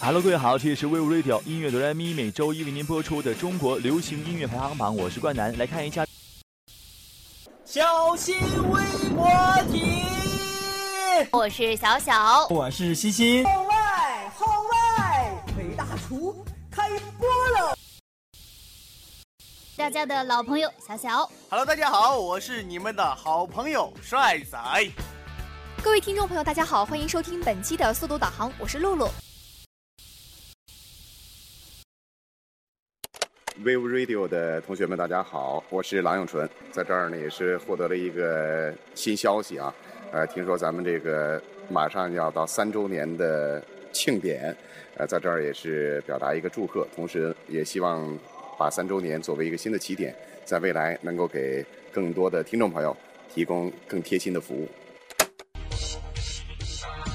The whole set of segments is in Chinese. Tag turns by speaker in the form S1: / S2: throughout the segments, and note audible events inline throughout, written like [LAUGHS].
S1: Hello，各位好，这里是 Wave Radio 音乐哆来咪，每周一为您播出的中国流行音乐排行榜，我是冠南，来看一下。
S2: 小新微博体，
S3: 我是小小，
S2: 我是西西。
S4: 号外号外，北大厨开播了！
S3: 大家的老朋友小小。
S5: Hello，大家好，我是你们的好朋友帅仔。
S6: 各位听众朋友，大家好，欢迎收听本期的速度导航，我是露露。
S7: Wave Radio 的同学们，大家好，我是郎永纯，在这儿呢也是获得了一个新消息啊，呃，听说咱们这个马上要到三周年的庆典，呃，在这儿也是表达一个祝贺，同时也希望把三周年作为一个新的起点，在未来能够给更多的听众朋友提供更贴心的服务。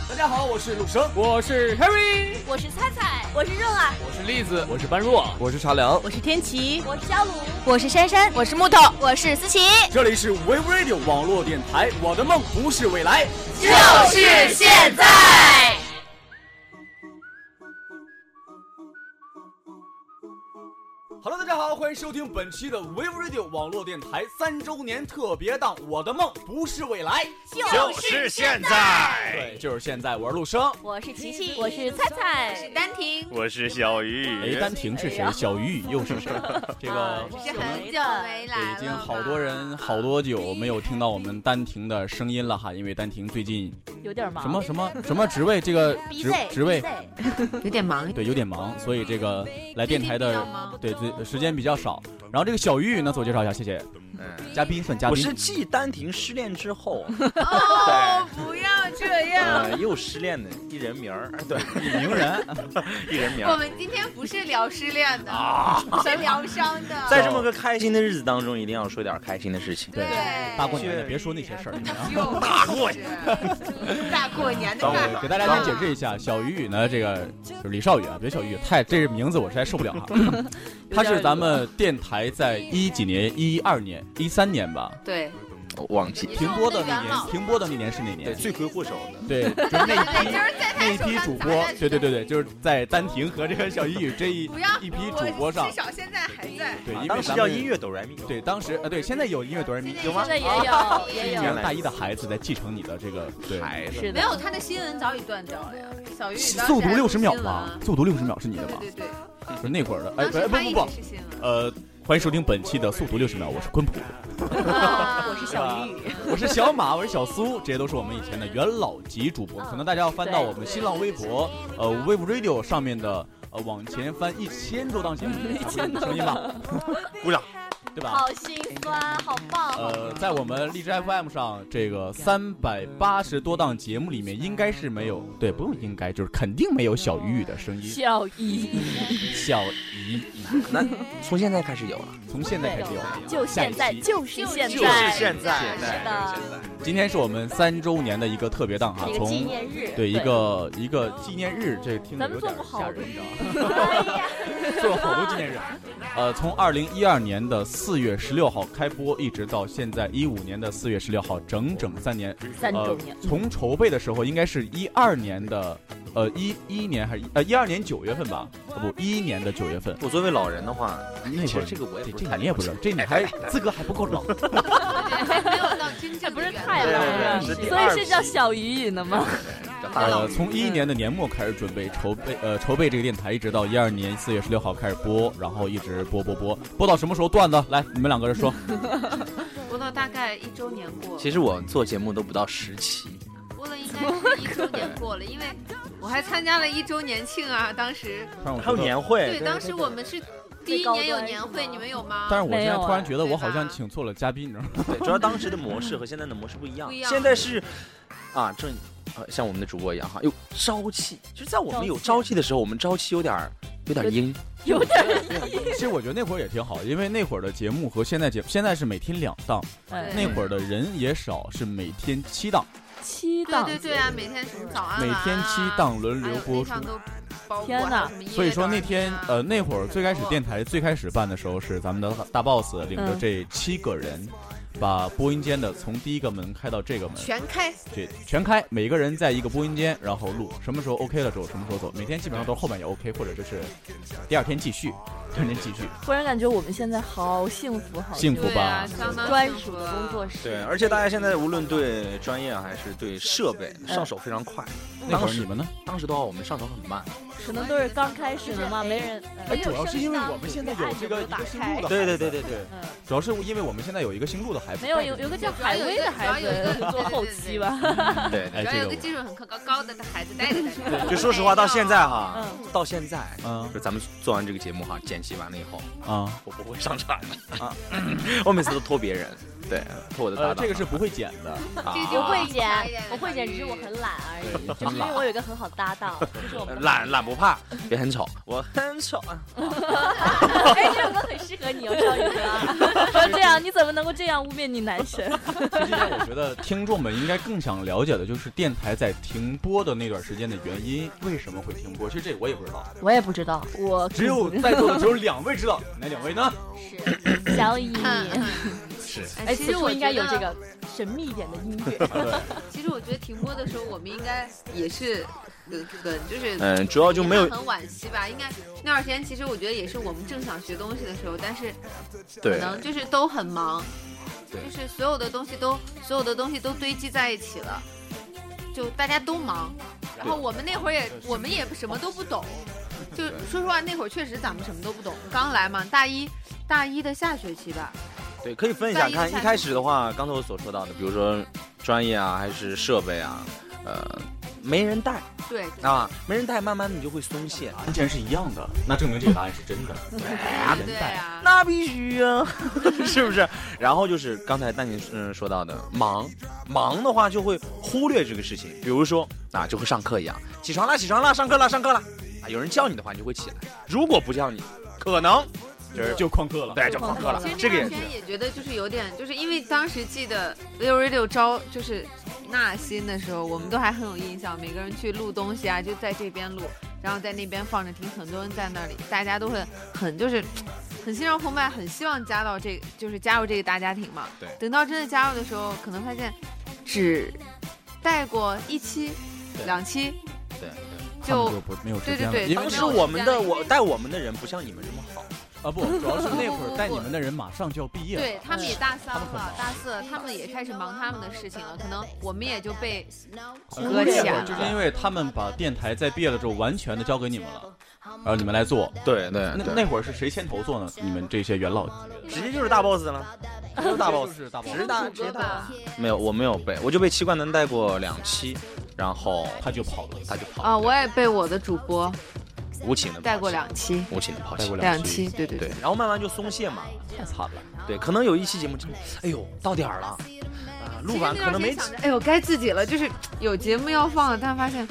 S5: 大家好，我是陆生，
S8: 我是 Harry，
S9: 我是菜菜，
S10: 我是热啊，
S11: 我是栗子，
S12: 我是般若，
S13: 我是茶凉，
S14: 我是天琪，
S15: 我是小鲁，
S16: 我是珊珊，
S17: 我是木头，
S18: 我是思琪。
S2: 这里是 Wave Radio 网络电台，我的梦不是未来，
S19: 就是现在。
S2: Hello，大家好，欢迎收听本期的 Wave Radio 网络电台三周年特别档。我的梦不是未来，
S19: 就是现在。
S2: 对，就是现在。我是陆生，
S20: 我是琪琪，
S2: 我是菜菜，
S15: 我是丹婷，
S11: 我是小鱼。
S12: 哎，丹婷是谁？小鱼又是
S19: [LAUGHS]
S12: 谁？这
S19: 啊
S12: 个
S15: 已经很久没来
S12: 了，已经好多人好多久没有听到我们丹婷的声音了哈，因为丹婷最近
S20: 有点忙。
S12: 什么什么什么职位？这个职职位
S15: 有点忙。
S12: 对，有点忙，所以这个来电台的对最。时间比较少，然后这个小玉呢，自我介绍一下，谢谢。嗯，嘉宾算嘉宾。
S21: 我是继丹婷失恋之后，
S15: 哦，不要这样、
S21: 呃，又失恋的一人名儿， [LAUGHS]
S12: 对，一名人，
S21: 一人名。
S15: 我们今天不是聊失恋的，啊、是疗伤的。
S21: 在这么个开心的日子当中，一定要说点开心的事情。
S15: 对，
S12: 大过年的别说那些事儿，
S15: 大
S21: 过年，
S15: 大过年的。
S21: 啊
S12: 给大家先解释一
S21: 嗯
S12: 下，小雨呢，这个就是李少宇啊，别小雨，太这是名字我实在受不了哈。他是咱们电台在一几年，一二年。一三年吧，
S15: 对，
S21: 忘记
S12: 停播的那年，停播的那年是哪年？
S21: 对，罪魁祸首的，
S12: 对，就是那批那批主播，对对对对，就是在丹婷和这个小雨这一一批主播上，
S15: 至少现在还在。
S12: 对，因为
S21: 当时叫音乐哆来咪，
S12: 对，当时啊，对，现在有音乐哆来咪，
S20: 有吗？现在也有，也有。
S12: 大一的孩子在继承你的这个
S21: 孩
S15: 子，没有他的新闻早已断掉了呀。小雨，
S12: 速读六十秒吗？速读六十秒是你的吗？
S15: 对对，
S12: 不是那会儿的，哎，不不不，呃。欢迎收听本期的速读六十秒，我是昆普，啊
S20: 我是小玉，
S12: 我是小马，我是小苏，这些都是我们以前的元老级主
S20: 嗯
S12: 播。可能大家要翻到我们新浪微博，呃，Wave Radio 上面的，呃，往前翻一千多档节目，
S20: 嗯
S12: 声音吧，
S21: 鼓掌，
S12: 对吧？
S20: 好心酸，好棒。啊
S12: 呃，在我们荔枝 FM 上，这个三百八十多档节目里面，应该是没有，对，不用应该，就是肯定没有小鱼的声音。
S20: 小鱼，
S12: 小鱼。
S21: 那从现在开始有了，
S12: 从现在开始有了，
S20: 就现在，就是现在，就是
S21: 现在，
S20: 是的。
S12: 今天是我们三周年的一个特别档哈，从
S20: 纪念日，
S12: 对一个一个纪念日，这听着有点吓人，你知道吗？ [LAUGHS] 做好多纪念日，呃，从二零一二年的四月十六号开播，一直到现在一五年的四月十六号，整整三年，呃
S20: 三周年。
S12: 从筹备的时候，应该是一二年的，呃，一一年还是呃一二年九月份吧？啊不，一一年的九月份。
S21: 我作为老人的话，
S12: 那
S21: 其实这个我也不
S12: 这你也不知道，这你 [LAUGHS] 还资格还不够老，
S15: 没有到真正
S20: 不
S12: [LAUGHS]
S20: 是太老了，所以是叫小雨雨呢吗？
S12: 呃，从一一年的年末开始准备筹备，呃，筹备这个电台，一直到一二年四月十六号开始播，然后一直播播播播到什么时候段子？来，你们两个人说。
S15: 播到大概一周年过。
S21: 其实我做节目都不到十期。
S15: 播了应该是一周年过了，因为我还参加了一周年庆啊，当时
S21: 还有年会。
S15: 对，当时我们是。第一年有年会，你们有吗？
S12: 但是我现在突然觉得我好
S21: 啊
S12: 像请错了嘉宾，你知道吗？
S21: 对，主要当时的模式和现在的模式不一样。
S15: 不一样。
S21: 现在是，啊，正，呃，像我们的主播一样哈，有朝气。就是在我们有朝气的啊时候，我们朝气有点有点阴，
S20: 有点
S12: 阴。其实我觉得那会儿也挺好，因为那会儿的节目和现在节目，现在是每天两档，那会儿的人也少，是每天七档。
S20: 七档，
S15: 对对对啊，每天什么早安、啊、
S12: 每天七档轮流播出。
S15: 啊、
S20: 天
S15: 哪！
S12: 所以说那天
S20: 啊
S12: 呃那会儿最开始电台最开始办的时候是咱们的大 boss 领着这七个人。嗯把播音间的从第一个门开到这个门，
S15: 全开，
S12: 对，全开，每个人在一个播音间，然后录，什么时候 OK 了之后，什么时候走，每天基本上都是后半夜 OK，或者就是第二天继续，第二天继续。
S20: 忽然感觉我们现在好幸福，好
S12: 幸福吧对啊
S15: 相当
S20: 专
S15: 幸
S20: 属
S15: 福
S20: 的工作室。
S21: 对，而且大家现在无论对专业还是对设备上手非常快。
S12: 那会儿
S21: 当时
S12: 你们呢？
S21: 当时的话，我们上手很慢。
S20: 可能都是刚开始的嘛，没人。
S12: 哎主要是因为我们现在有这个一个新入的，
S21: 对对对对对，
S12: 主要是因为我们现在有一个新入的孩子，
S20: 没有有有个叫海威的孩
S15: 主要有一个对对
S20: 子
S15: 对
S20: 做后期吧，
S12: [LAUGHS] 对，哎
S15: 主要
S12: 这
S15: 有
S12: 个
S15: 个技术很高高的孩子带着大家。
S21: 就说实话，到现在哈
S20: 嗯，
S21: 到现在，
S12: 嗯，
S21: 就咱们做完这个节目哈，剪辑完了以后，
S12: 啊，
S21: 我不会上传的啊， [LAUGHS] 我每次都拖别人， [LAUGHS] 对，拖我的搭
S12: 呃
S21: 档，
S12: 这个是不会剪的，
S21: 啊
S3: 我会剪，我会剪，只是我很懒而已，
S21: 对
S3: 就是因为我有一个很好的搭档，就是我们的
S21: 懒懒不怕， [LAUGHS] 别很吵，我很吵啊，
S20: 哎，这首歌很适合你哦，赵宇哥。说这样，你怎么能够这样污蔑你男神？
S12: 我觉得听众们应该更想了解的就是电台在停播的那段时间的原因，为什么会停播？其实这个我也不知道，
S20: 我也不知道，我
S2: 只有在座的只有两位知道，哪两位呢？
S20: 小乙。
S15: 嗯
S12: 是
S20: 哎，
S15: 其实
S20: 此处
S15: 我
S20: 应该
S15: 觉
S20: 有
S15: 得
S20: 这个神秘一点的音乐。
S15: 其实我觉得停播的时候，我们应该也是很很就是
S21: 嗯主要就没有
S15: 也很惋惜吧。应该那段时间，其实我觉得也是我们正想学东西的时候，但是可
S21: 对
S15: 能就是都很忙，
S21: 对
S15: 就是所有的东西都所有的东西都堆积在一起了，就大家都忙。然后我们那会儿也我们也什么都不懂，就说实话，那会儿确实咱们什么都不懂，刚来嘛，大一大一的下学期吧。
S21: 对，可以分享看。一开始的话，刚才我所说到的，比如说专业啊，还是设备啊，呃，没人带
S15: 对，
S21: 啊，没人带，慢慢你就会松懈。
S12: 完全是一样的，那证明这个答案是真的。
S21: 哎
S15: 对啊，
S21: 那必须啊， [LAUGHS] 是不是？然后就是刚才丹姐嗯说到的忙，忙的话就会忽略这个事情，比如说啊，就和上课一样，起床啦，起床啦，上课啦，上课啦，啊，有人叫你的话，你就会起来；如果不叫你，可能就是
S12: 就旷课了，
S21: 对，就旷课了
S15: 其实，
S21: 这个也
S15: 那
S21: 是
S15: 段时。间也觉得就是有点，就是因为当时记得 Leo Radio 招就是纳新的时候，我们都还很有印象，每个人去录东西啊，就在这边录，然后在那边放着听，很多人在那里，大家都会很就是。很心潮澎湃，很希望加到这个，就是加入这个大家庭嘛。
S21: 对
S15: 等到真的加入的时候，可能发现只带过一期、两期，
S21: 对，
S15: 就
S12: 不没有时
S15: 对
S12: 间
S15: 对
S12: 了
S15: 对，
S12: 因为
S15: 他
S21: 当时
S15: 没有
S21: 我们
S15: 时间了
S21: 的我带我们的人不像你们这么好，
S12: 啊不，主要是那会儿带你们的人马上就要毕业了，
S15: 对他们也大三
S12: 他们很
S15: 了
S12: 忙，
S15: 大四了，他们也开始忙他们的事情了，可能我们也就被
S12: 呃
S15: 搁
S12: 那
S15: 浅
S12: 会儿就是因
S15: 了。
S12: 为他们把电台在毕业了之后完全的交给你们了，然后你们来做。
S21: 对对
S12: 那
S21: 对
S12: 那会儿是谁牵头做呢？你们这些元老，
S21: 直接就是大 boss 了，直接就是大 boss，
S12: 是大
S21: 直接大直接大
S15: 吧，
S21: 没有，我没有被，我就被七冠能带过两期，然后
S12: 他就跑了，
S21: 他就跑了，
S15: 啊，我也被我的主播
S21: 无情的
S15: 带过两期，
S21: 无情的抛弃，
S15: 两期，对对
S21: 对，，然后慢慢就松懈嘛，
S12: 太惨了。
S21: 对，可能有一期节目真的，哎呦，到点儿了，啊、录完可能没
S15: 其实那段时间，想着，哎呦，该自己了，就是有节目要放了，但发现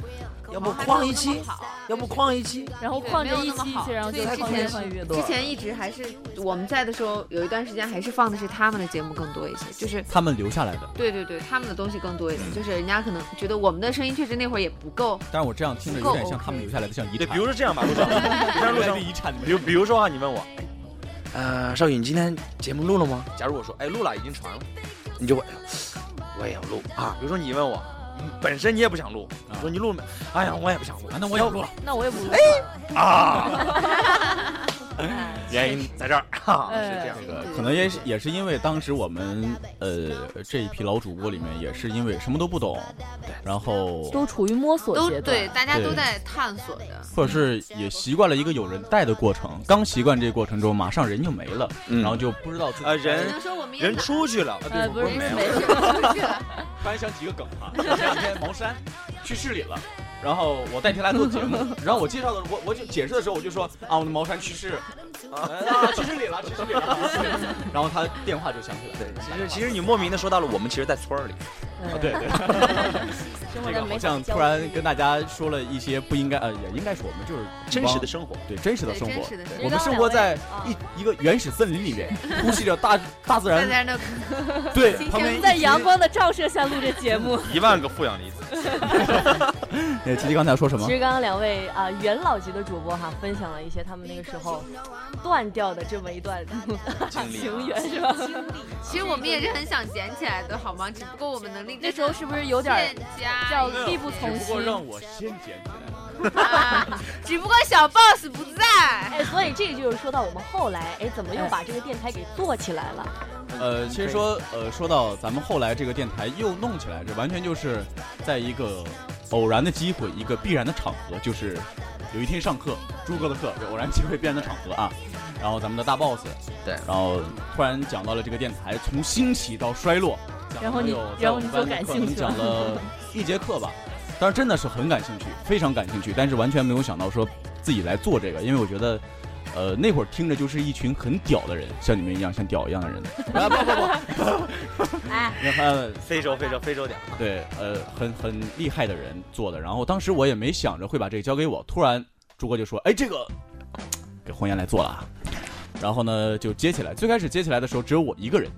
S21: 要不旷一期，要不旷一期，
S20: 然后旷着一期一期，然后就
S15: 对之
S20: 越
S15: 前
S20: 放越多
S15: 之。前一直还是我们在的时候，有一段时间还是放的是他们的节目更多一些，就是
S12: 他们留下来的。
S15: 对对对，他们的东西更多一点，就是人家可能觉得我们的声音确实那会儿也不够，
S12: 但是我这样听着有点像他们留下来的像遗
S21: 对，
S12: 产。
S21: 比如说这样吧，陆 [LAUGHS] 总，这啊样陆
S12: 留下来的
S21: 总，
S12: 遗产，
S21: 比如比如说啊，你问我，呃，少宇，你今天节目录了吗？假如我说，哎，录了，已经传了，你就会，哎呦我也要录啊。比如说你问我，嗯本身你也不想录，你说你录了没？哎呀，我也不想录，
S12: 啊，那我也不录了。
S20: 那我也不录。
S21: 啊，
S20: 哎，
S21: [LAUGHS] 原因在这儿，哈
S20: 哎
S21: [LAUGHS] 是这样的。
S12: 呃可能也是也是因为当时我们呃这一批老主播里面也是因为什么都不懂，然后
S20: 都处于摸索
S15: 都
S20: 阶段。
S15: 对，大家都
S12: 对
S15: 在探索着。
S12: 或者是也习惯了一个有人带的过程，刚习惯这个过程中，马上人就没了，
S21: 嗯
S12: 然后就不知道自己
S21: 呃，
S15: 只
S21: 人
S15: 能说我们也
S21: 人出去了，
S20: 呃，不是
S15: 没
S20: 没
S15: 事
S20: 有
S15: 没事， [LAUGHS] 出去了。
S12: 翻想几个梗 [LAUGHS] 啊，前两天茅山去市里了。然后我带他来做节 [LAUGHS] 目，然后我介绍的时候我我就解释的时候我就说啊我的茅山去 [LAUGHS] 世，啊去世里了去世里了， [LAUGHS] 然后他电话就响起来了，
S21: 其实其实你莫名的说到了，我们其实，在村儿里，
S12: 啊对对，
S20: 生活
S12: 这
S20: 的美
S12: 个好
S20: 好
S12: 像
S20: 交
S12: 突然跟大家说了一些不应该呃也应该说我们就是
S21: 真实的生活。
S12: 对真实的生活
S15: 对真实的生，活
S12: 我们生活在
S15: 啊
S12: 一一个原始森林里面，呼吸着
S15: [LAUGHS]
S12: 大大自
S15: 大
S12: 然，
S15: 家那
S12: 对
S15: 今
S12: 旁边 [LAUGHS]
S15: 天
S20: 在阳光的照射下录这节目，
S21: 一万个负氧离子，
S12: 那哎琪琪刚才说什么
S3: 其？实刚刚两位啊、元老级的主播哈，分享了一些他们那个时候断掉的这么一段 [LAUGHS]
S12: 啊
S3: 情缘，是吧？
S15: 其实我们也是很想捡起来的，好吗？只不过我们能力
S3: 那时候是不是有点儿叫力不从
S2: 只不
S3: 心
S2: 过？让我先捡起来。
S15: 啊只不过小 boss 不在。
S3: 哎，所以这个就是说到我们后来，哎，怎么又把这个电台给做起来了？
S12: 呃，其实说呃，说到咱们后来这个电台又弄起来，这完全就是在一个偶然的机会，一个必然的场合，就是有一天上课，朱哥的课，偶然机会必然的场合啊。然后咱们的大 boss，
S21: 对，
S12: 然后突然讲到了这个电台从兴起到衰落，讲
S20: 然后你
S12: 了有在
S20: 然后
S12: 我们
S20: 你就
S12: 班的
S20: 感
S12: 课
S20: 兴
S12: 我
S20: 趣
S12: 们 [LAUGHS] 讲
S20: 了
S12: 了一节课吧，当时真的是很感兴趣，非常感兴趣，但是完全没有想到说自己来做这个，因为我觉得。呃，那会儿听着就是一群很屌的人，像你们一样，像屌一样的人，
S20: [LAUGHS] 哎
S12: [LAUGHS] 让他
S21: 非洲非洲非洲点儿，
S12: 对，呃，很很厉害的人做的。然后当时我也没想着会把这个交给我，突然朱哥就说：“哎，这个给红颜来做了。”啊。”然后呢，就接起来。最开始接起来的时候，只有我一个人，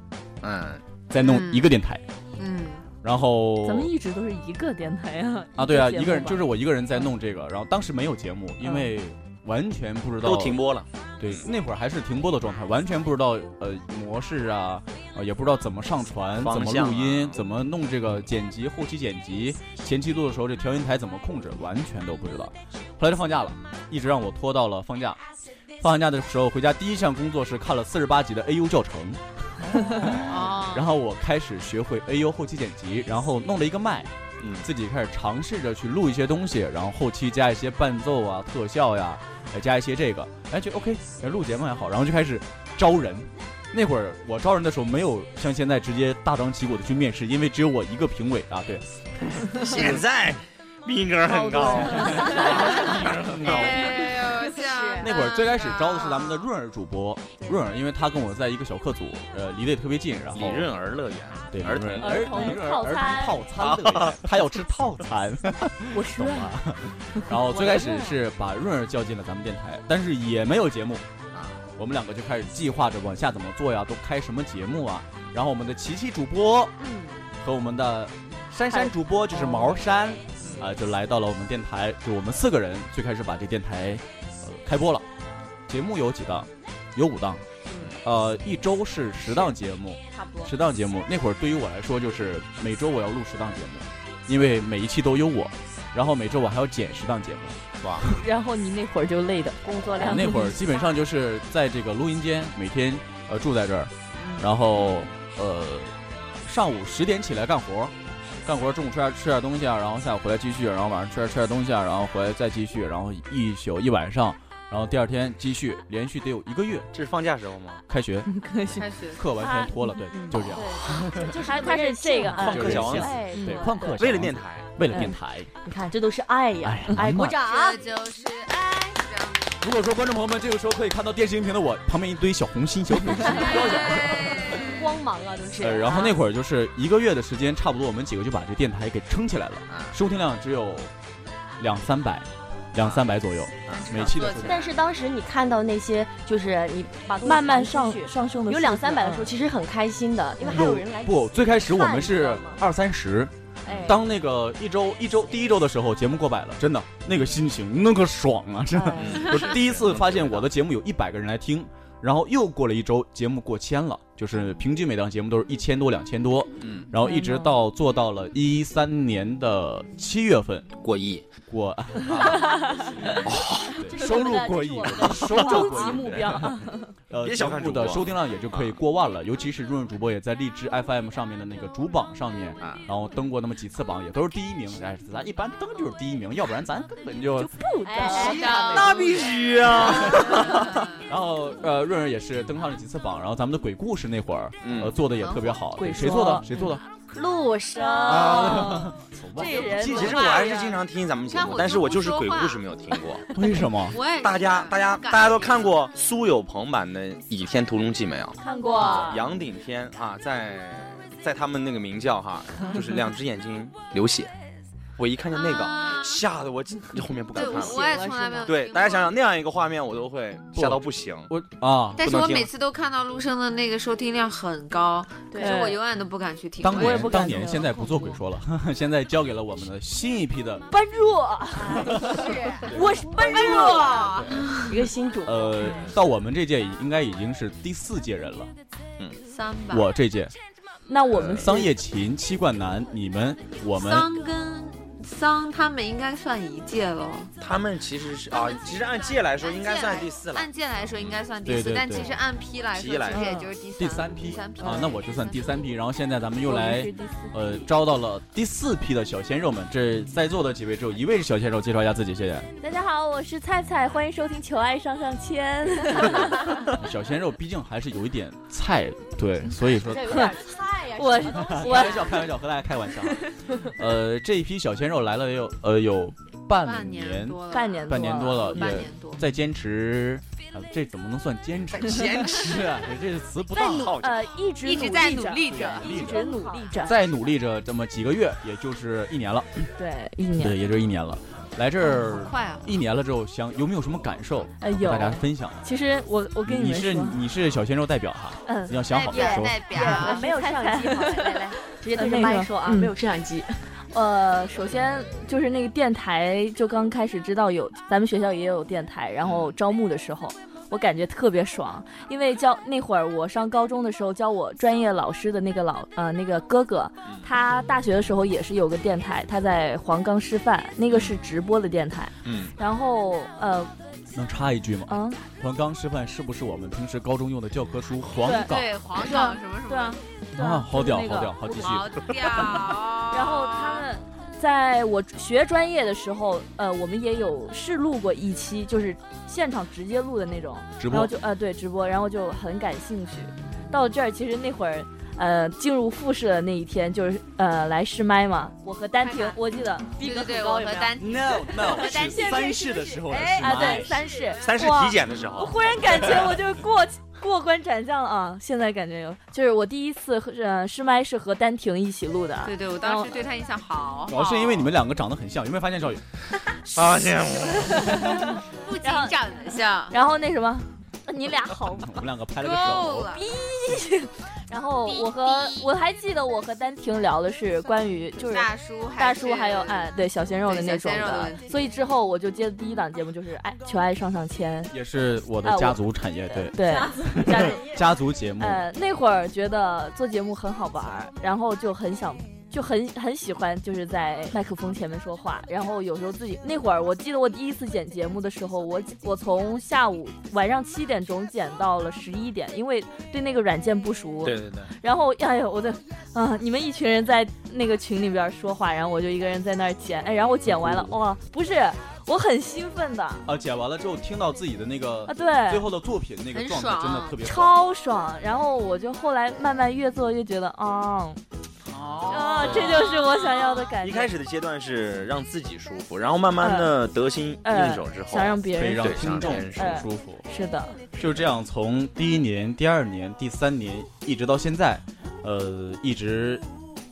S21: 嗯，
S12: 在弄
S20: 嗯
S12: 一个电台。
S15: 嗯，
S12: 然后
S20: 咱们一直都是一个电台啊。
S12: 哎啊，对啊，
S20: 节目
S12: 一个人
S20: 吧嗯
S12: 就是我一个人在弄这个。然后当时没有节目，因为完全不知道
S21: 都停播了。
S12: 对，那会儿还是停播的状态，完全不知道呃模式啊，呃也不知道怎么上传、
S21: 方
S12: 怎么
S21: 向
S12: 录
S21: 啊
S12: 音、怎么弄这个剪辑、后期剪辑、前期录的时候这调音台怎么控制，完全都不知道。后来就放假了，一直让我拖到了放假。放完假的时候回家，第一项工作是看了四十八集的 AU 教程， [LAUGHS] 然后我开始学会 AU 后期剪辑，然后弄了一个麦。
S21: 嗯，
S12: 自己开始尝试着去录一些东西，然后后期加一些伴奏啊、特效呀、呃加一些这个，哎，就 OK，哎录节目还好，然后就开始招人。那会儿我招人的时候，没有像现在直接大张旗鼓的去面试，因为只有我一个评委啊。对，
S19: 现在逼格很高，
S15: 哎呦，这样
S12: 那会儿最开始招的是咱们的润儿主播，润儿，因为他跟我在一个小课组，呃，离得也特别近，然后
S21: 李润儿乐园，
S12: 对，
S21: 儿童
S12: 润
S21: 儿
S12: 儿
S20: 童
S12: 润儿
S20: 套
S12: 儿
S20: 餐
S12: 童套餐乐园，他要吃套餐，
S20: 我是啊
S12: 懂
S20: 润
S12: 了。啊然后最开始是把润儿叫进了咱们电台，但是也没有节目啊。我们两个就开始计划着往下怎么做呀，都开什么节目啊。然后我们的琪琪主播和我们的珊珊主播就是毛珊啊、就来到了我们电台，就我们四个人最开始把这电台呃开播了。节目有几档？有五档，呃，一周是十档节目，
S3: 差不多
S12: 十档节目。那会儿对于我来说，就是每周我要录十档节目，因为每一期都有我，然后每周我还要剪十档节目，哇！
S20: 然后你那会儿就累的
S3: 工作
S20: 量，
S12: 啊那会儿基本上就是在这个录音间，每天呃住在这儿，
S3: 嗯
S12: 然后呃上午十点起来干活，干活中午吃点吃点东西啊，然后下午回来继续，然后晚上吃点吃点东西啊，然后回来再继续，然后一宿一晚上，然后第二天继续，连续得有一个月。
S21: 这是放假时候吗？
S12: 开学，
S20: 开学
S15: 开始
S12: 课完全
S3: 啊
S12: 拖了，对，
S3: 嗯
S12: 就这样。
S3: 对，就是
S20: 他他是这个
S3: 啊
S20: 啊，
S12: 就
S21: 课
S12: 是
S20: 小
S12: 这
S20: 王
S12: 样
S20: 子
S3: 哎
S12: 对
S3: 对，
S12: 旷课
S3: 对
S12: 小
S21: 为了
S12: 王
S21: 电
S12: 子
S21: 台，
S12: 为了电台。
S3: 你看这都是爱呀，哎，鼓掌。
S15: 这就是
S12: 啊
S15: 爱，
S12: 如果说观众朋友们这个时候可以看到电视荧屏的我，旁边一堆小红心、
S3: [LAUGHS]
S12: 小粉心。
S3: 啊光芒啊，都是。
S12: 呃，然后那会儿就是一个月的时间，差不多我们几个就把这电台给撑起来了，
S3: 啊
S12: 收听量只有两三百，两三百左右，每期
S15: 哎
S12: 的收听量
S3: 但是当时你看到那些，就是你把东西
S20: 慢慢
S3: 传
S20: 上
S3: 出去
S20: 上升的
S3: 有
S20: 数
S3: 两
S20: 字
S3: 三百的啊
S20: 嗯
S3: 时候，其实很开心的，因为还有人来
S12: 有不？最开始我们是二三十
S3: 哎，
S12: 当那个一周一周第一周的时候，节目过百了，真的那个心情那个爽啊！
S3: [LAUGHS]
S12: 真的，
S21: 嗯
S12: 我第一次发现我的节目有一百个人来听。然后又过了一周，节目过千了，就是平均每档节目都是一千多、两千多，
S21: 嗯，
S12: 然后一直到做到了一三年的七月份
S21: 过亿，
S3: [LAUGHS]
S12: 过，啊
S3: 这是
S12: 收
S3: 我们
S12: 入
S3: 的
S12: 过
S3: 这是
S12: 亿
S3: 我们的，
S12: 收入
S3: 终
S12: 过
S3: 极
S12: 亿，
S3: 目标。
S12: 呃，
S21: 别小看
S12: 节目
S21: 主播
S12: 的收听量也就可以过万了，尤其是润润主播也在荔枝 FM 上面的那个主榜上面，然后登过那么几次榜，也都是第一名。哎，咱一般登就是第一名，要不然咱根本就
S3: 不
S21: 那必须啊！
S12: [LAUGHS] 然后呃，润润也是登上了几次榜，然后咱们的鬼故事那会儿，呃，做的也特别好。
S3: 嗯
S20: 鬼
S12: 对谁
S20: 说
S12: 做的？谁做的？
S3: 陆生，
S12: 啊
S3: 这人
S21: 其实我还是经常听咱们节目，但是我就是鬼故事没有听过。
S3: 嗯
S12: 为什么？
S15: 我也
S21: [LAUGHS] 大家大家大家都看过苏有朋版的《倚天屠龙记》没有？
S3: 看过，
S21: 杨顶天啊，在在他们那个明教哈，就是两只眼睛流血，我一看见那个，吓得我真后面不敢看了。
S15: 我也从来没有。
S21: 对，大家想想那样一个画面，我都会吓到不行。
S12: 我啊，
S15: 但是我每次都看到陆生的那个收听量很高，可是我永远都不敢去听。
S12: 当年当年现在不做鬼说了， [LAUGHS] 现在交给了我们的新一批的
S3: 般若，
S15: 是，
S3: 我是般若，一个新主。
S12: 呃，到我们这届应该已经是第四届人了。嗯，
S15: 三吧。
S12: 我这届。呃
S3: 那我们
S12: 桑叶琴、七冠男，你们我们
S15: 桑跟桑他们应该算一届了。
S21: 他们其实是啊，其实按届来说应该算第四了。
S15: 按届来说应该算第四，但其实按批来说，其实也就是第
S12: 第
S15: 三
S12: 批。
S15: 第三批
S12: 啊，那我就算第三批。然后现在咱们又来呃招到了第四批的小鲜肉们。这在座的几位只有一位是小鲜肉，介绍一下自己，谢谢。
S20: 大家好，我是菜菜，欢迎收听《求爱上上签》。
S12: 小鲜肉毕竟还是有一点菜，对，所以说。
S20: 我我
S12: 开玩笑，开玩笑，和大家开玩笑。呃，这一批小鲜肉来了也有呃有
S15: 半
S12: 年，
S3: 半年
S12: 半年多了，
S15: 也
S12: 在坚持。啊，这怎么能算坚持？
S15: 坚持，
S12: [LAUGHS] 这是词不大好。
S3: 呃，一直
S15: 一直在努
S3: 力
S15: 着，
S3: 一直努力着，
S12: 再努力着这么几个月，也就是一年了。
S3: 对，一年，
S12: 对，也就一年了。来这儿
S15: 快啊！
S12: 一年了之后，想有没有什么感受？
S3: 哎有，
S12: 大家分享。
S3: 其实我我跟
S12: 你
S3: 们
S12: 是你是小鲜肉代表哈，
S3: 嗯，
S12: 你要想好再说。
S15: 代表
S3: 哎没有摄像机，[LAUGHS]
S15: 来来，
S20: 直接对着麦说啊，没有摄像机。
S3: 嗯呃，首先就是那个电台，就刚开始知道有咱们学校也有电台，然后招募的时候，我感觉特别爽，因为教那会儿我上高中的时候教我专业老师的那个老呃那个哥哥，
S12: 嗯
S3: 他大学的时候也是有个电台，他在黄冈师范，那个是直播的电台，
S12: 嗯，
S3: 然后呃。
S12: 能插一句吗？
S3: 啊，
S12: 黄冈师范是不是我们平时高中用的教科书？黄冈
S15: 对黄冈什么什么
S3: 对啊，对
S12: 啊，好屌，
S3: 那个
S12: 好屌，好继续。
S15: 好屌。
S3: [LAUGHS] 然后他们在我学专业的时候，呃，我们也有试录过一期，就是现场直接录的那种，
S12: 直播
S3: 然后就呃对直播，然后就很感兴趣。到这儿其实那会儿。呃，进入复试的那一天，就是呃来试麦嘛，我和丹婷，我记得逼格
S15: 对
S3: 很
S15: 对，
S3: 高，
S15: 我
S3: 有
S15: 和
S3: 没有？
S15: 丹
S19: No No，
S15: 我和丹
S19: 是三试的时候的
S3: 哎，啊对，
S19: 试麦
S3: 三试，
S19: 三试
S3: 哇
S19: 体检的时
S3: 我
S19: 候，
S3: 忽然感觉我就过过关斩将了啊！现在感觉有，就是我第一次和呃试麦是和丹婷一起录的，
S15: 对对，我当时对他印象好好。
S12: 主要是因为你们两个长得很像，有没有发现少宇？
S19: 发现我
S15: 不仅长得像，
S3: 然后那什么，你俩好
S12: 我们两个拍了个
S15: 够
S12: 手。
S15: 了，
S3: 然后我和我还记得我和丹婷聊的是关于就是
S15: 大叔
S3: 大叔还有哎对小鲜肉的
S15: 对
S3: 那
S15: 小
S3: 种
S15: 鲜肉的
S3: 的
S15: 问，题
S3: 所以之后我就接的第一档节目就是
S15: [LAUGHS]
S3: 哎求爱上上签，
S12: 也是我的
S3: 啊
S12: 家
S3: 我
S12: 族产业，对
S3: 对，家
S15: [LAUGHS]
S3: 里
S12: 家族节目，
S3: 呃那会儿觉得做节目很好玩儿，然后就很想。就很很喜欢，就是在麦克风前面说话，然后有时候自己那会儿，我记得我第一次剪节目的时候，我我从下午晚上七点钟剪到了十一点，因为对那个软件不熟，
S21: 对对对，
S3: 然后哎呦，我的啊！你们一群人在那个群里边说话，然后我就一个人在那儿剪，哎，然后我剪完了，哇，不是，我很兴奋的啊，
S12: 啊，剪完了之后听到自己的那个
S3: 呃对
S12: 最后的作品那个
S15: 很
S12: 状态真的
S15: 爽
S12: 特别好。
S3: 超爽。然后我就后来慢慢越做越觉得啊啊，这就是我想要的感觉。
S21: 一开始的阶段是让自己舒服，然后慢慢的得心应手之后，
S3: 想让别
S12: 可以
S3: 人
S12: 哦让
S21: 对
S12: 听众
S21: 想让别人
S3: 哎
S12: 舒服，
S3: 是的，
S12: 就这样，从第一年、第二年、第三年一直到现在，呃，一直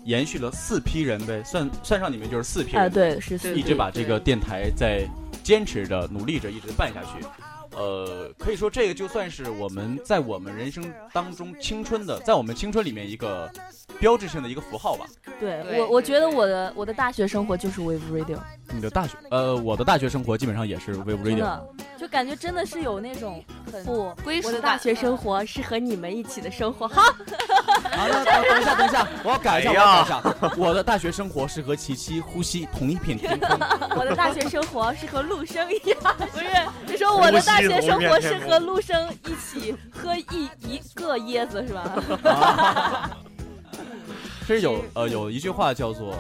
S12: 延续了四批人呗，算算上你们就是四批人，
S3: 啊，对，是四
S12: 一直把
S15: 对
S12: 这个电台在坚持着、努力着，一直办下去。呃，可以说这个就算是我们在我们人生当中青春的，在我们青春里面一个标志性的一个符号吧。
S3: 对
S15: 对
S3: 我，我
S15: 对
S3: 觉得
S15: 对
S3: 我的我的大学生活就是 Wave Radio，
S12: 你的大学，呃，我的大学生活基本上也是 Wave
S3: 真
S12: Radio。
S3: 的，就感觉真的是有那种很
S20: 不，
S15: 归属
S20: 我的
S15: 感
S20: 大学生活是和你们一起的生活。好，
S12: 好的，啊等等一下，等一下，我要改一下，
S21: 哎
S12: 我
S21: 呀
S12: 要改一下。我的大学生活是和琪琪呼吸同一片天空。
S20: 我的大学生活是和陆生一样，不是
S3: 你说我的大学生活是和陆生一起喝一一个椰子是吧？
S12: 其实有呃有一句话叫做，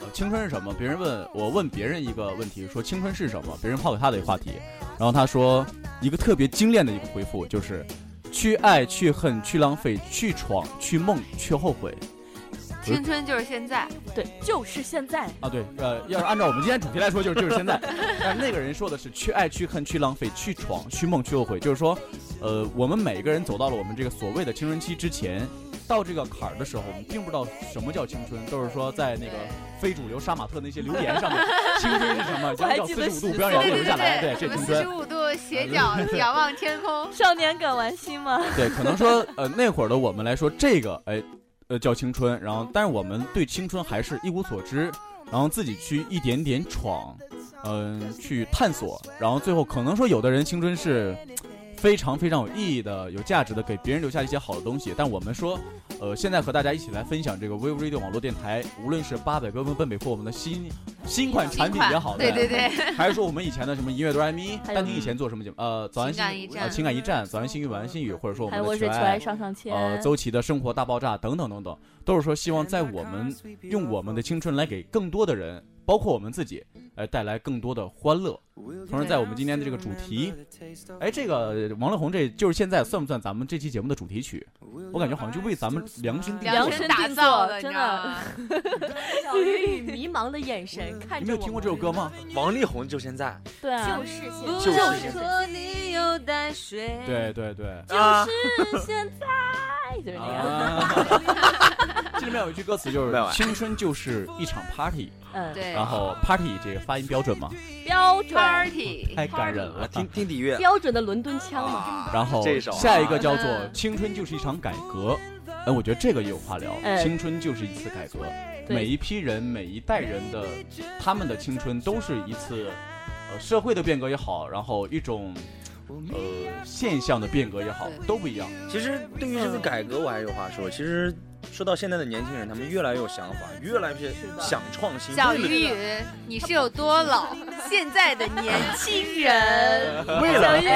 S12: 呃青春是什么？别人问我问别人一个问题，说青春是什么？别人抛给他的一个话题，然后他说一个特别精炼的一个回复就是，去爱，去恨，去浪费，去闯，去梦，去后悔。
S15: 青春就是现在，
S3: 对，就是现在。
S12: 啊，对，呃，要是按照我们今天主题来说，就是就是现在。但是那个人说的是去爱、去恨、去浪费、去闯、去梦、去后悔，就是说，呃，我们每个人走到了我们这个所谓的青春期之前，到这个坎儿的时候，我们并不知道什么叫青春，都是说在那个非主流杀马特那些留言上面，青春是什么？
S3: 我
S12: 将
S3: 还
S12: 要
S3: 记
S12: 四
S3: 得
S12: 十五度
S3: 14
S12: 标
S15: 对
S12: 杆
S15: 对
S12: 留下来，
S15: 对，
S12: 对，
S15: 什
S12: 这
S15: 么
S12: 青
S15: 四十
S12: 春。啊
S15: 五度斜角仰望天空，
S3: 少年敢玩心吗？
S12: [LAUGHS] 对，可能说呃那会儿的我们来说，这个哎呃叫青春，然后但是我们对青春还是一无所知，然后自己去一点点闯，嗯、去探索，然后最后可能说有的人青春是。非常非常有意义的、有价值的，给别人留下一些好的东西。但我们说，呃，现在和大家一起来分享这个 v i v Radio 网络电台，无论是八百标奔奔北或我们的新新款 [LAUGHS] 产品也好，
S15: 对
S3: [LAUGHS]
S15: 对对
S12: 还是说我们以前的什么音乐哆来咪，
S3: 还有
S12: 丹宁以前做什么节目？呃，早安
S15: 情感驿
S12: 新
S15: 站
S12: 呃情感驿站，早安新语晚安新语，或者说我
S3: 还有
S12: 们的
S3: 我
S12: 全
S3: 只求爱上上签，
S12: 呃，周琦的生活大爆炸等等等等，都是说希望在我们用我们的青春来给更多的人，包括我们自己，呃，带来更多的欢乐。同时，在我们今天的这个主题，哎，这个王力宏这就是现在算不算咱们这期节目的主题曲？我感觉好像就为咱们量身定
S15: 量
S12: 做。
S15: 身
S12: 的。
S15: 打
S3: 定做
S15: 造的，
S3: 真
S15: 的
S3: [LAUGHS] 的。
S20: 小鱼以迷茫的眼神看
S12: 嗯你
S20: 着我
S12: 没有
S20: 们
S12: 听过这首歌吗？
S21: 王力宏就现在，
S3: 对啊，
S20: 就是现在，
S15: 不是
S20: 就是现在
S15: 说你有带水，
S12: 对对对。
S21: 啊，
S3: 就是现在，就是那样。
S12: 啊这里面有一句歌词就
S21: 没有
S12: 是
S21: 啊
S12: “青春就是一场 party”，
S3: 嗯，
S15: 对
S12: 然后 party 这个发音标准吗？
S3: 标准
S15: party，
S12: 太感人了，
S21: 听听底乐，
S20: 标准的伦敦腔嘛。
S12: 然后
S21: 这首啊
S12: 下一个叫做《青春就是一场改革》，哎，我觉得这个也有话聊。
S3: 哎
S12: 青春就是一次改革，
S3: 对
S12: 每一批人、每一代人的他们的青春都是一次，呃，社会的变革也好，然后一种呃现象的变革也好，都不一样。
S21: 其实对于这个
S3: 嗯
S21: 改革，我还有话说。其实说到现在的年轻人，他们越来越有想法，越来越想创新。
S15: 小
S21: 为
S15: 鱼
S21: 了
S15: 雨，你是有多老？现在的年轻
S12: [LAUGHS]
S15: 人，
S21: 为了，
S3: 小鱼
S21: 你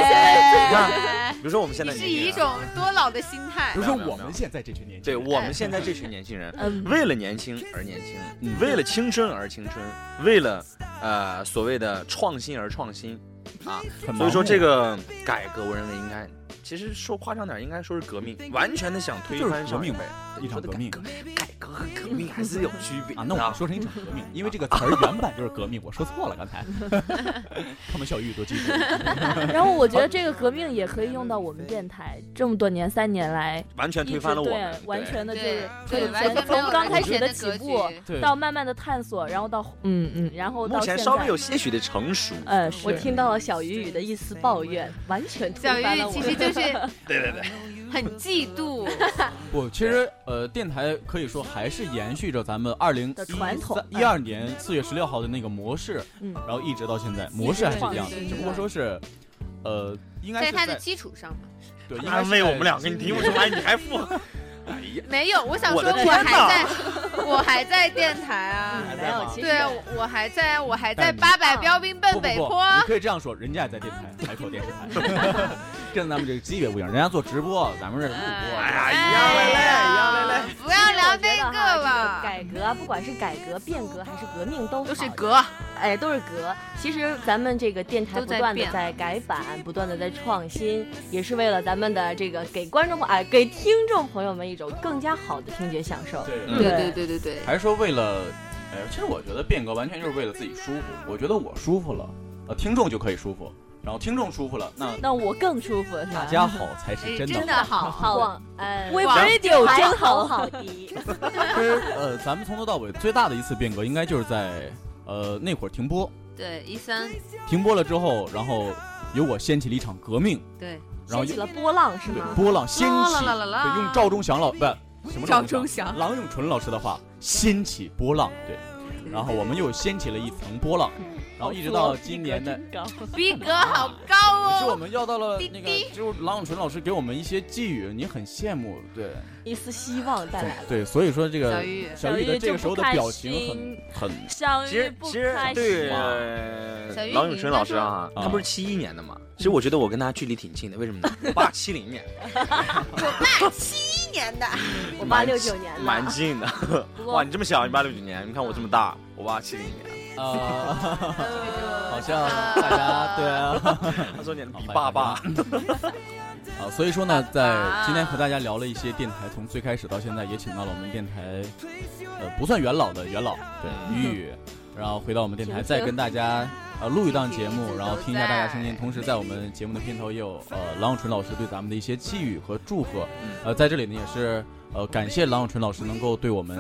S21: 看，比如说我们现在
S15: 你
S21: 年
S15: 是
S21: 轻
S15: 以
S21: 人啊
S15: 一种多老的心态
S12: 比如。说我们现在这群年轻
S21: 对
S12: 人，
S21: 我们现在这群年轻人，
S3: 哎嗯
S21: 为了年轻而年轻，
S12: 嗯
S21: 为了青春而青春，为了呃所谓的创新而创新啊。
S12: 很
S21: 所以说
S12: 盲目
S21: 这个改革，我认为应该，其实说夸张点，应该说是革命，
S3: 嗯
S21: 完全的想推
S12: 哎就是
S21: 翻
S12: 革
S21: 上
S12: 命
S21: 面
S12: 呗，一场革命。
S21: 改革和革命还是有区别
S12: [LAUGHS] 啊，那我说成一场革命，因为这个词儿原版就是革命，我说错了，刚才。 [LAUGHS] 他们小玉多
S3: [LAUGHS]
S12: 机智。
S15: 哦
S3: 然后我觉得这个革命也可以用到我们电台，这么多年三年来，
S21: 完全
S3: 一
S21: 推
S3: 直
S21: 翻了我们
S3: 对，，完全的就
S15: 对
S3: 是
S15: 对
S3: 从
S15: 完全没有
S3: 从刚开始
S15: 以前
S3: 起
S15: 的
S3: 步
S15: 格局
S12: 对
S3: 到慢慢的探索，然后到嗯嗯，然后
S21: 目
S3: 到现
S21: 前
S3: 在，
S21: 稍微有些许的成熟。
S3: 嗯是
S20: 呃我听到了小鱼雨的一丝抱怨，完全推
S15: 小
S20: 翻
S15: 鱼
S20: 了我。
S15: 其实就是
S3: [LAUGHS]
S21: 对对对，
S15: 很嫉妒，
S12: 不，其实呃，电台可以说还是延续着咱们二零
S3: 的传统
S12: 一二年四月十六号的那个模式，
S3: 嗯
S12: 然后一直到现在，模式还是一样的
S15: 一
S12: 只
S15: 直，
S12: 不过说是，呃，应该
S15: 在
S12: 是
S15: 它的
S12: 在
S15: 基础上嘛。
S12: 对，应该
S21: 安
S12: 是
S21: 慰
S12: 在
S21: 我们两个，你听
S3: [LAUGHS]
S21: 我说，哎，你还附和，哎呀，
S15: 没有，我想
S21: 我
S15: 说，
S21: 的
S15: 我
S21: 天哪
S15: 还在，我还在电台啊。
S12: 嗯还
S20: 没
S12: 在
S20: 有，
S12: 吗
S20: 其实
S15: 对，我我还在，我还在
S12: 但你
S15: 八百标兵奔
S12: 不不
S15: 北
S12: 不，
S15: 坡。
S12: 你可以这样说，人家也在电
S3: [LAUGHS]
S12: 台，海口电视台， [LAUGHS] 跟咱们这个级别不一样，人家做直播，咱
S3: 嗯
S12: 们这是录播。
S15: 哎
S21: 哎呀嘞嘞，呀嘞嘞。
S15: 不要聊
S20: 其实
S15: 那
S20: 我觉得
S15: 个
S20: 哈
S15: 了
S20: 这。改革啊，不管是改革、变革还是革命，都
S15: 都是
S20: 好
S15: 革，
S20: 哎，都是革。其实咱们这个电台
S15: 都
S20: 不
S15: 在
S20: 断的
S15: 变啊
S20: 在改版，不断的在创新，也是为了咱们的这个给观众朋哎给听众朋友们一种更加好的听觉享受。
S12: 对
S21: 嗯
S15: 对对对对对，
S12: 还是说为了，哎，其实我觉得变革完全就是为了自己舒服，我觉得我舒服了，呃，听众就可以舒服，然后听众舒服了，那
S3: 那我更舒服，是吧
S12: 大家好才是
S15: 哎
S12: 真
S15: 真
S12: 的
S15: 的好
S20: 好广，呃，
S3: 微
S15: 广
S3: 博 radio 真
S20: 好
S3: 好，
S20: 好的，
S12: 其实呃，咱们从头到尾最大的一次变革，应该就是在呃那会儿停播，
S15: 对一三
S12: 停播了之后，然后由我掀起了一场革命，
S15: 对
S12: 然后
S20: 掀起了波浪是吗？
S12: 波浪掀起，
S15: 嗯啦啦啦啦啦
S12: 对，用赵忠祥老不什么
S15: 赵
S12: 忠
S15: 忠祥
S12: 郎永淳老师的话，掀起波浪，对，然后我们又掀起了一层波
S15: 嗯
S12: 浪，然后一直到今年的。
S15: 逼格好高
S12: 可是我
S15: 哦，
S12: 们要到了
S15: 滴
S12: 那个
S15: 滴，
S12: 就是郎永淳老师给我们一些寄语，你很羡慕，对
S20: 一丝希望带来了。
S12: 对，所以说这个
S15: 哎小玉
S12: 小玉的这个时候的表情很很
S3: 相
S21: 其
S3: 遇
S21: 实
S3: [LAUGHS] 不
S21: 其实
S3: 开
S21: 对
S3: 心。
S21: 呃
S15: 小玉
S21: 郎永淳老师啊，
S12: 你应该说
S21: 他不是七一年的嘛？其实我觉得我跟他距离挺近的，为什么呢？我爸七零年，
S15: 一年的，
S20: 我爸六九年
S21: 蛮
S20: 的，
S21: 近的。
S3: 不过
S21: [LAUGHS] 哇，你这么小，你爸六九年，你看我这么大，我爸七零
S12: [LAUGHS]
S21: 年，
S12: 啊，好像
S15: 呃
S12: 大家对啊，
S21: 他说你比
S12: 好
S21: 爸爸
S12: 好。啊，所以说呢，在今天和大家聊了一些电台，从最开始到现在，也请到了我们电台，呃，不算元老的元老，对，雨雨，然后回到我们电台，再跟大家呃录一档节目，然后听一下大家声音。同时在我们节目的片头也有呃郎永淳老师对咱们的一些寄语和祝贺。呃，在这里呢也是呃感谢郎永淳老师能够对我们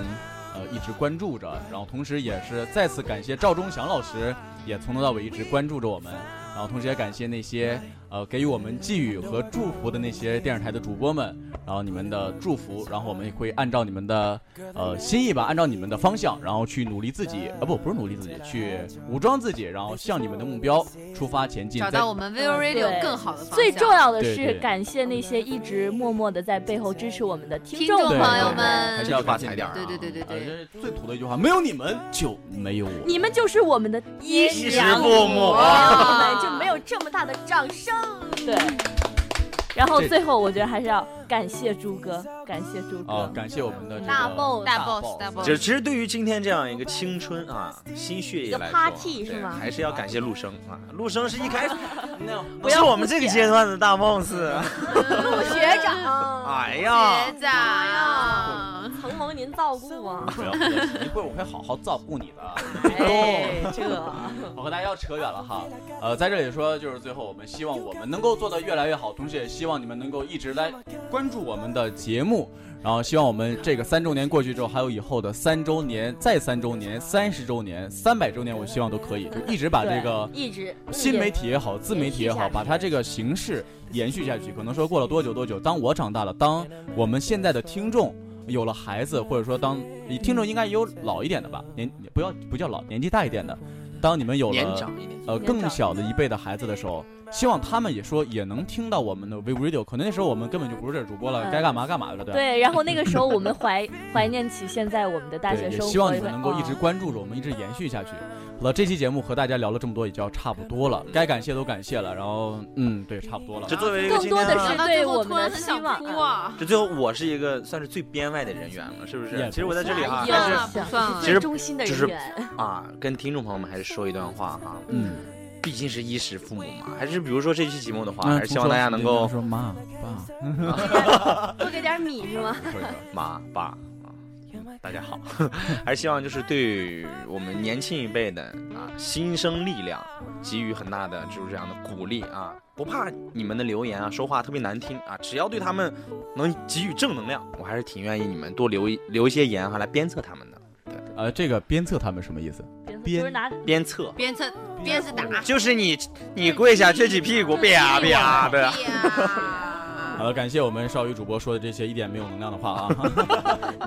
S12: 呃一直关注着，然后同时也是再次感谢赵忠祥老师也从头到尾一直关注着我们。然后同时也感谢那些呃给予我们寄语和祝福的那些电视台的主播们，然后你们的祝福，然后我们也会按照你们的呃心意吧，按照你们的方向，然后去努力自己，啊不不是努力自己，去武装自己，然后向你们的目标出发前进。
S15: 找
S12: 在
S15: 到我们 Vivo
S3: 对
S15: Radio 更好的方向。
S3: 最重要的
S12: 对
S3: 是
S12: 对
S3: 感谢那些一直默默的在背后支持我们的听
S15: 听
S3: 众
S15: 众
S3: 朋
S15: 朋
S3: 友
S15: 友
S3: 们。
S12: 还
S15: 们，
S12: 是要发财点儿啊
S15: 对对对对对，
S12: 最土的一句话，没有你们就没有我。
S3: 你们就是我们的衣
S12: 食
S3: 养
S12: 父母
S21: 啊
S3: 我们就没有这么大的掌声。对，然后
S12: 这
S3: 最后我觉得还是要感谢朱哥，感谢朱哥。
S12: 啊、感谢我们的这个
S3: 大 boss，
S15: 大 boss，大 boss
S21: 就其实对于今天这样一个青春啊新血液来
S15: 一个
S21: 说
S15: party 是吗
S21: 对还是要感谢陆生啊，陆生是一开始
S15: 不
S21: 不
S15: 要
S21: 是我们这个阶段的大 boss。
S20: 陆学长，
S21: 哎呀，
S15: 学长，
S20: 承蒙您照顾啊。
S12: 不要客气，一会儿我会好好照顾你的。啊
S20: 哎，
S12: 哦
S20: 这
S12: 我和大家要扯远了哈，呃，在这里说就是最后，我们希望我们能够做得越来越好，同时也希望你们能够一直来关注我们的节目，然后希望我们这个三周年过去之后，还有以后的三周年、再三周年、三十周年、三百周年，我希望都可以，就一直把这个
S3: 一直
S12: 新媒体也好，自媒体也好，把它这个形式延续下去。可能说过了多久多久，当我长大了，当我们现在的听众有了孩子，或者说当听众应该也有老一点的吧，年不要不叫老，年纪大一点的，当你们有
S21: 年
S12: 了
S21: 长一点
S12: 呃更小的一辈的孩子的时候，希望他们也说也能听到我们的 We Radio。可能那时候我们根本就不是主播了，
S3: 嗯
S12: 该干嘛干嘛了，吧？
S3: 对，然后那个时候我们怀怀念起现在我们的大
S12: 对，
S3: 学
S12: 也
S3: 生活，
S12: 希望你们能够
S3: 嗯
S12: 一直关注着我们，一直延续下去。好了，这期节目和大家聊了这么多，也就要差不多了，该感谢都感谢了，然后嗯，对，差不多了。
S21: 这作为一个
S3: 更
S21: 今
S3: 多
S21: 天
S3: 的
S21: 啊
S3: 是对我们的希望。
S15: 哇，
S21: 这最后我是一个算是最编外的人员了，是不
S12: 也
S21: 是？
S12: 不
S21: 其实我在这
S3: 啊
S21: 里
S15: 算
S21: 哈，还
S15: 不算
S21: 是
S15: 不算
S21: 其实
S15: 哎最中心的人
S21: 就是
S15: 员
S21: 啊，跟听众朋友们还是说一段话哈，
S12: 嗯，
S21: 毕竟是衣食父母嘛，还是比如说这期节目的话，
S12: 嗯
S21: 还是希望大家能够
S12: 说妈爸，
S20: 多给点米是吗？
S21: [LAUGHS] 妈爸啊，大家好， [LAUGHS] 还是希望就是对我们年轻一辈的啊新生力量给予很大的就是这样的鼓励啊，不怕你们的留言啊，说话特别难听啊，只要对他们能给予正能量，我还是挺愿意你们多留一留一些言哈、来鞭策他们的。
S12: 呃，这个鞭策他们什么意思？
S3: 就是拿
S21: 鞭策
S15: 鞭策鞭子打，
S21: 就是你你跪下撅起屁股，啪
S3: 啊
S21: 啪的。
S12: 好了，感谢我们少宇主播说的这些一点没有能量的话啊。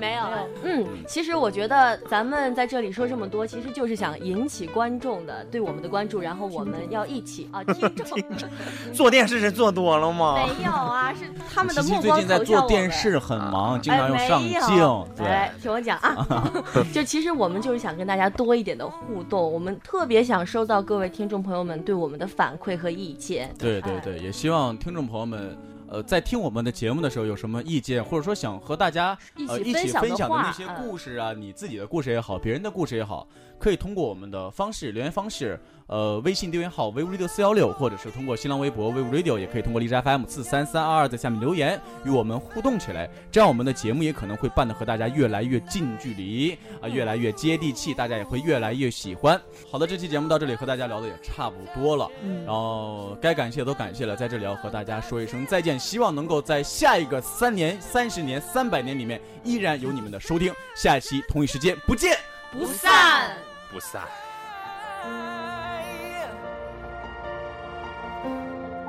S20: 没有，嗯，其实我觉得咱们在这里说这么多，其实就是想引起观众的对我们的关注，然后我们要一起啊， [LAUGHS] 听众
S12: [LAUGHS]
S21: 做电视是做多了吗？
S20: 没有啊，是他们的
S12: 琪琪
S20: 目
S12: 最
S20: 光
S12: 近在
S20: 投向
S12: 做
S20: 我
S12: 电
S20: 们。
S12: 视，很忙，经常用
S20: 哎
S12: 上
S20: 没有哎
S12: 镜。对
S20: 来，听我讲啊， [LAUGHS] 就其实我们就是想跟大家多一点的互动，我们特别想收到各位听众朋友们对我们的反馈和意见。
S12: 对对对，也希望听众朋友们。呃，在听我们的节目的时候，有什么意见，或者说想和大家
S20: 一起
S12: 呃一
S20: 分
S12: 起
S20: 享的
S12: 分享的
S20: 话嗯
S12: 那些故事啊，你自己的故事也好，别人的故事也好，可以通过我们的方式留言方式，呃，微信订阅号 vivo radio 四幺六，或者是通过新浪微博 vivo radio，也可以通过荔枝 FM 四三三二二在下面留言与我们互动起来，这样我们的节目也可能会办得和大家越来越近距离啊、越来越接地气，大家也会越来越喜欢。好的，这期节目到这里和大家聊的也差不多了，
S3: 嗯
S12: 然后该感谢的都感谢了，在这里要和大家说一声再见，希望能够在下一个三年、三十年、三百年里面依然有你们的收听，下一期同一时间不见
S3: 不散。
S21: 不散。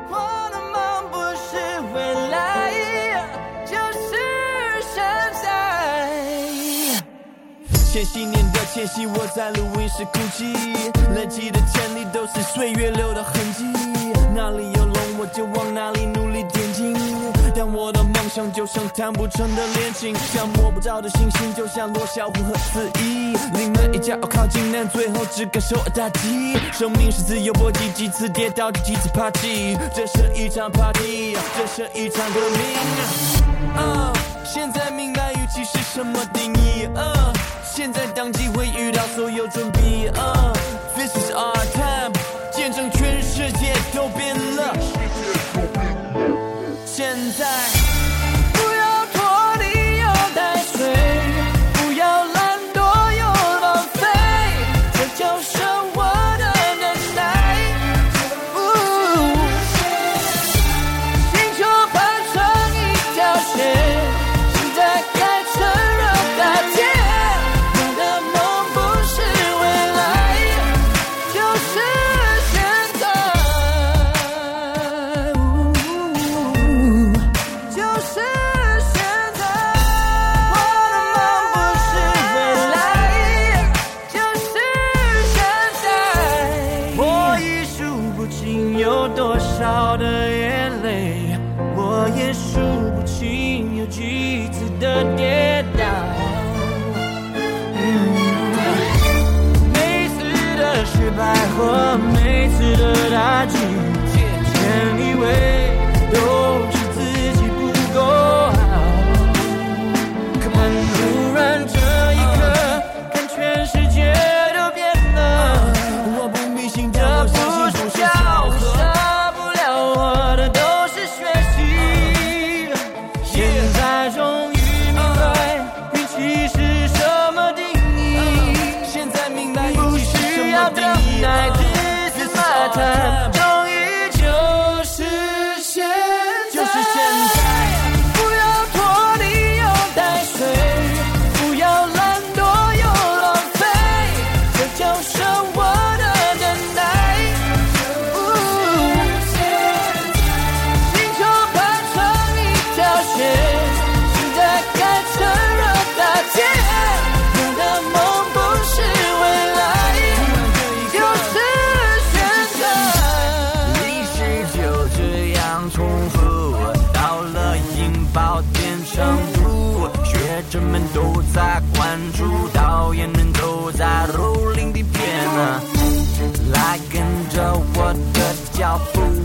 S19: 我的梦不是未来，就是现在。千禧年的千禧，我在录音室哭泣，累积的潜力都是岁月留的痕迹。哪里有龙，我就往哪里努力前进。但我的梦想就像谈不成的恋情，像摸不着的星星，就像罗小虎和四一。临门一脚靠近，但最后只感受打击。生命是自由搏击，几次跌倒就几次爬起。这是一场 party，这是一场革命。啊、现在明白预期是什么定义。啊、现在当机会遇到所有准备。啊、This is our time，见证全世界都变了。现在不要拖泥又带水，不要懒惰又浪费，这就是我的能耐。
S12: 不尽有多少的眼泪，我也数不清有几次的跌倒。嗯每次的失败和每次的打击，全以为都是自己不够好。但突然这一刻，看全世界都变了。我不迷信这不是巧合，少不了我的都是学习。现在终于明白，运气是什么定义。现在明白，不需要等待，只是马探，终于就是现在，就是现在。不要拖泥又带水，不要懒惰又浪费，这就是我的等待。星球排成一条线，现在该趁热打铁。我的梦不是未来，就是现在。历史就这样重复，到了引爆点程度，学者们都在关注，导演们都在蹂躏底片啊，来跟着我的脚步。